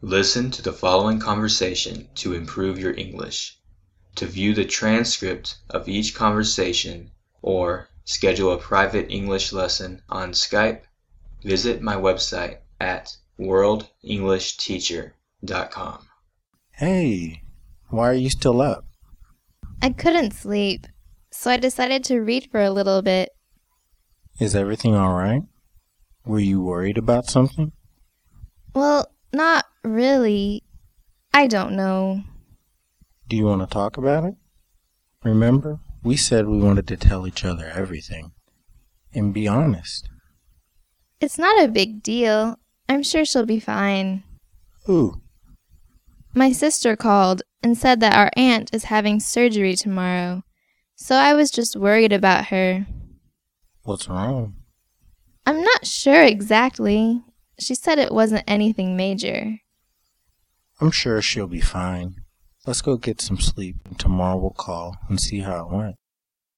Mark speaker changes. Speaker 1: Listen to the following conversation to improve your English. To view the transcript of each conversation or schedule a private English lesson on Skype, visit my website at worldenglishteacher.com.
Speaker 2: Hey, why are you still up?
Speaker 3: I couldn't sleep, so I decided to read for a little bit.
Speaker 2: Is everything all right? Were you worried about something?
Speaker 3: Well, not really. I don't know.
Speaker 2: Do you want to talk about it? Remember, we said we wanted to tell each other everything and be honest.
Speaker 3: It's not a big deal. I'm sure she'll be fine.
Speaker 2: Ooh,
Speaker 3: My sister called and said that our aunt is having surgery tomorrow, so I was just worried about her.
Speaker 2: what's wrong?
Speaker 3: I'm not sure exactly. She said it wasn't anything major.
Speaker 2: I'm sure she'll be fine. Let's go get some sleep and tomorrow we'll call and see how it went.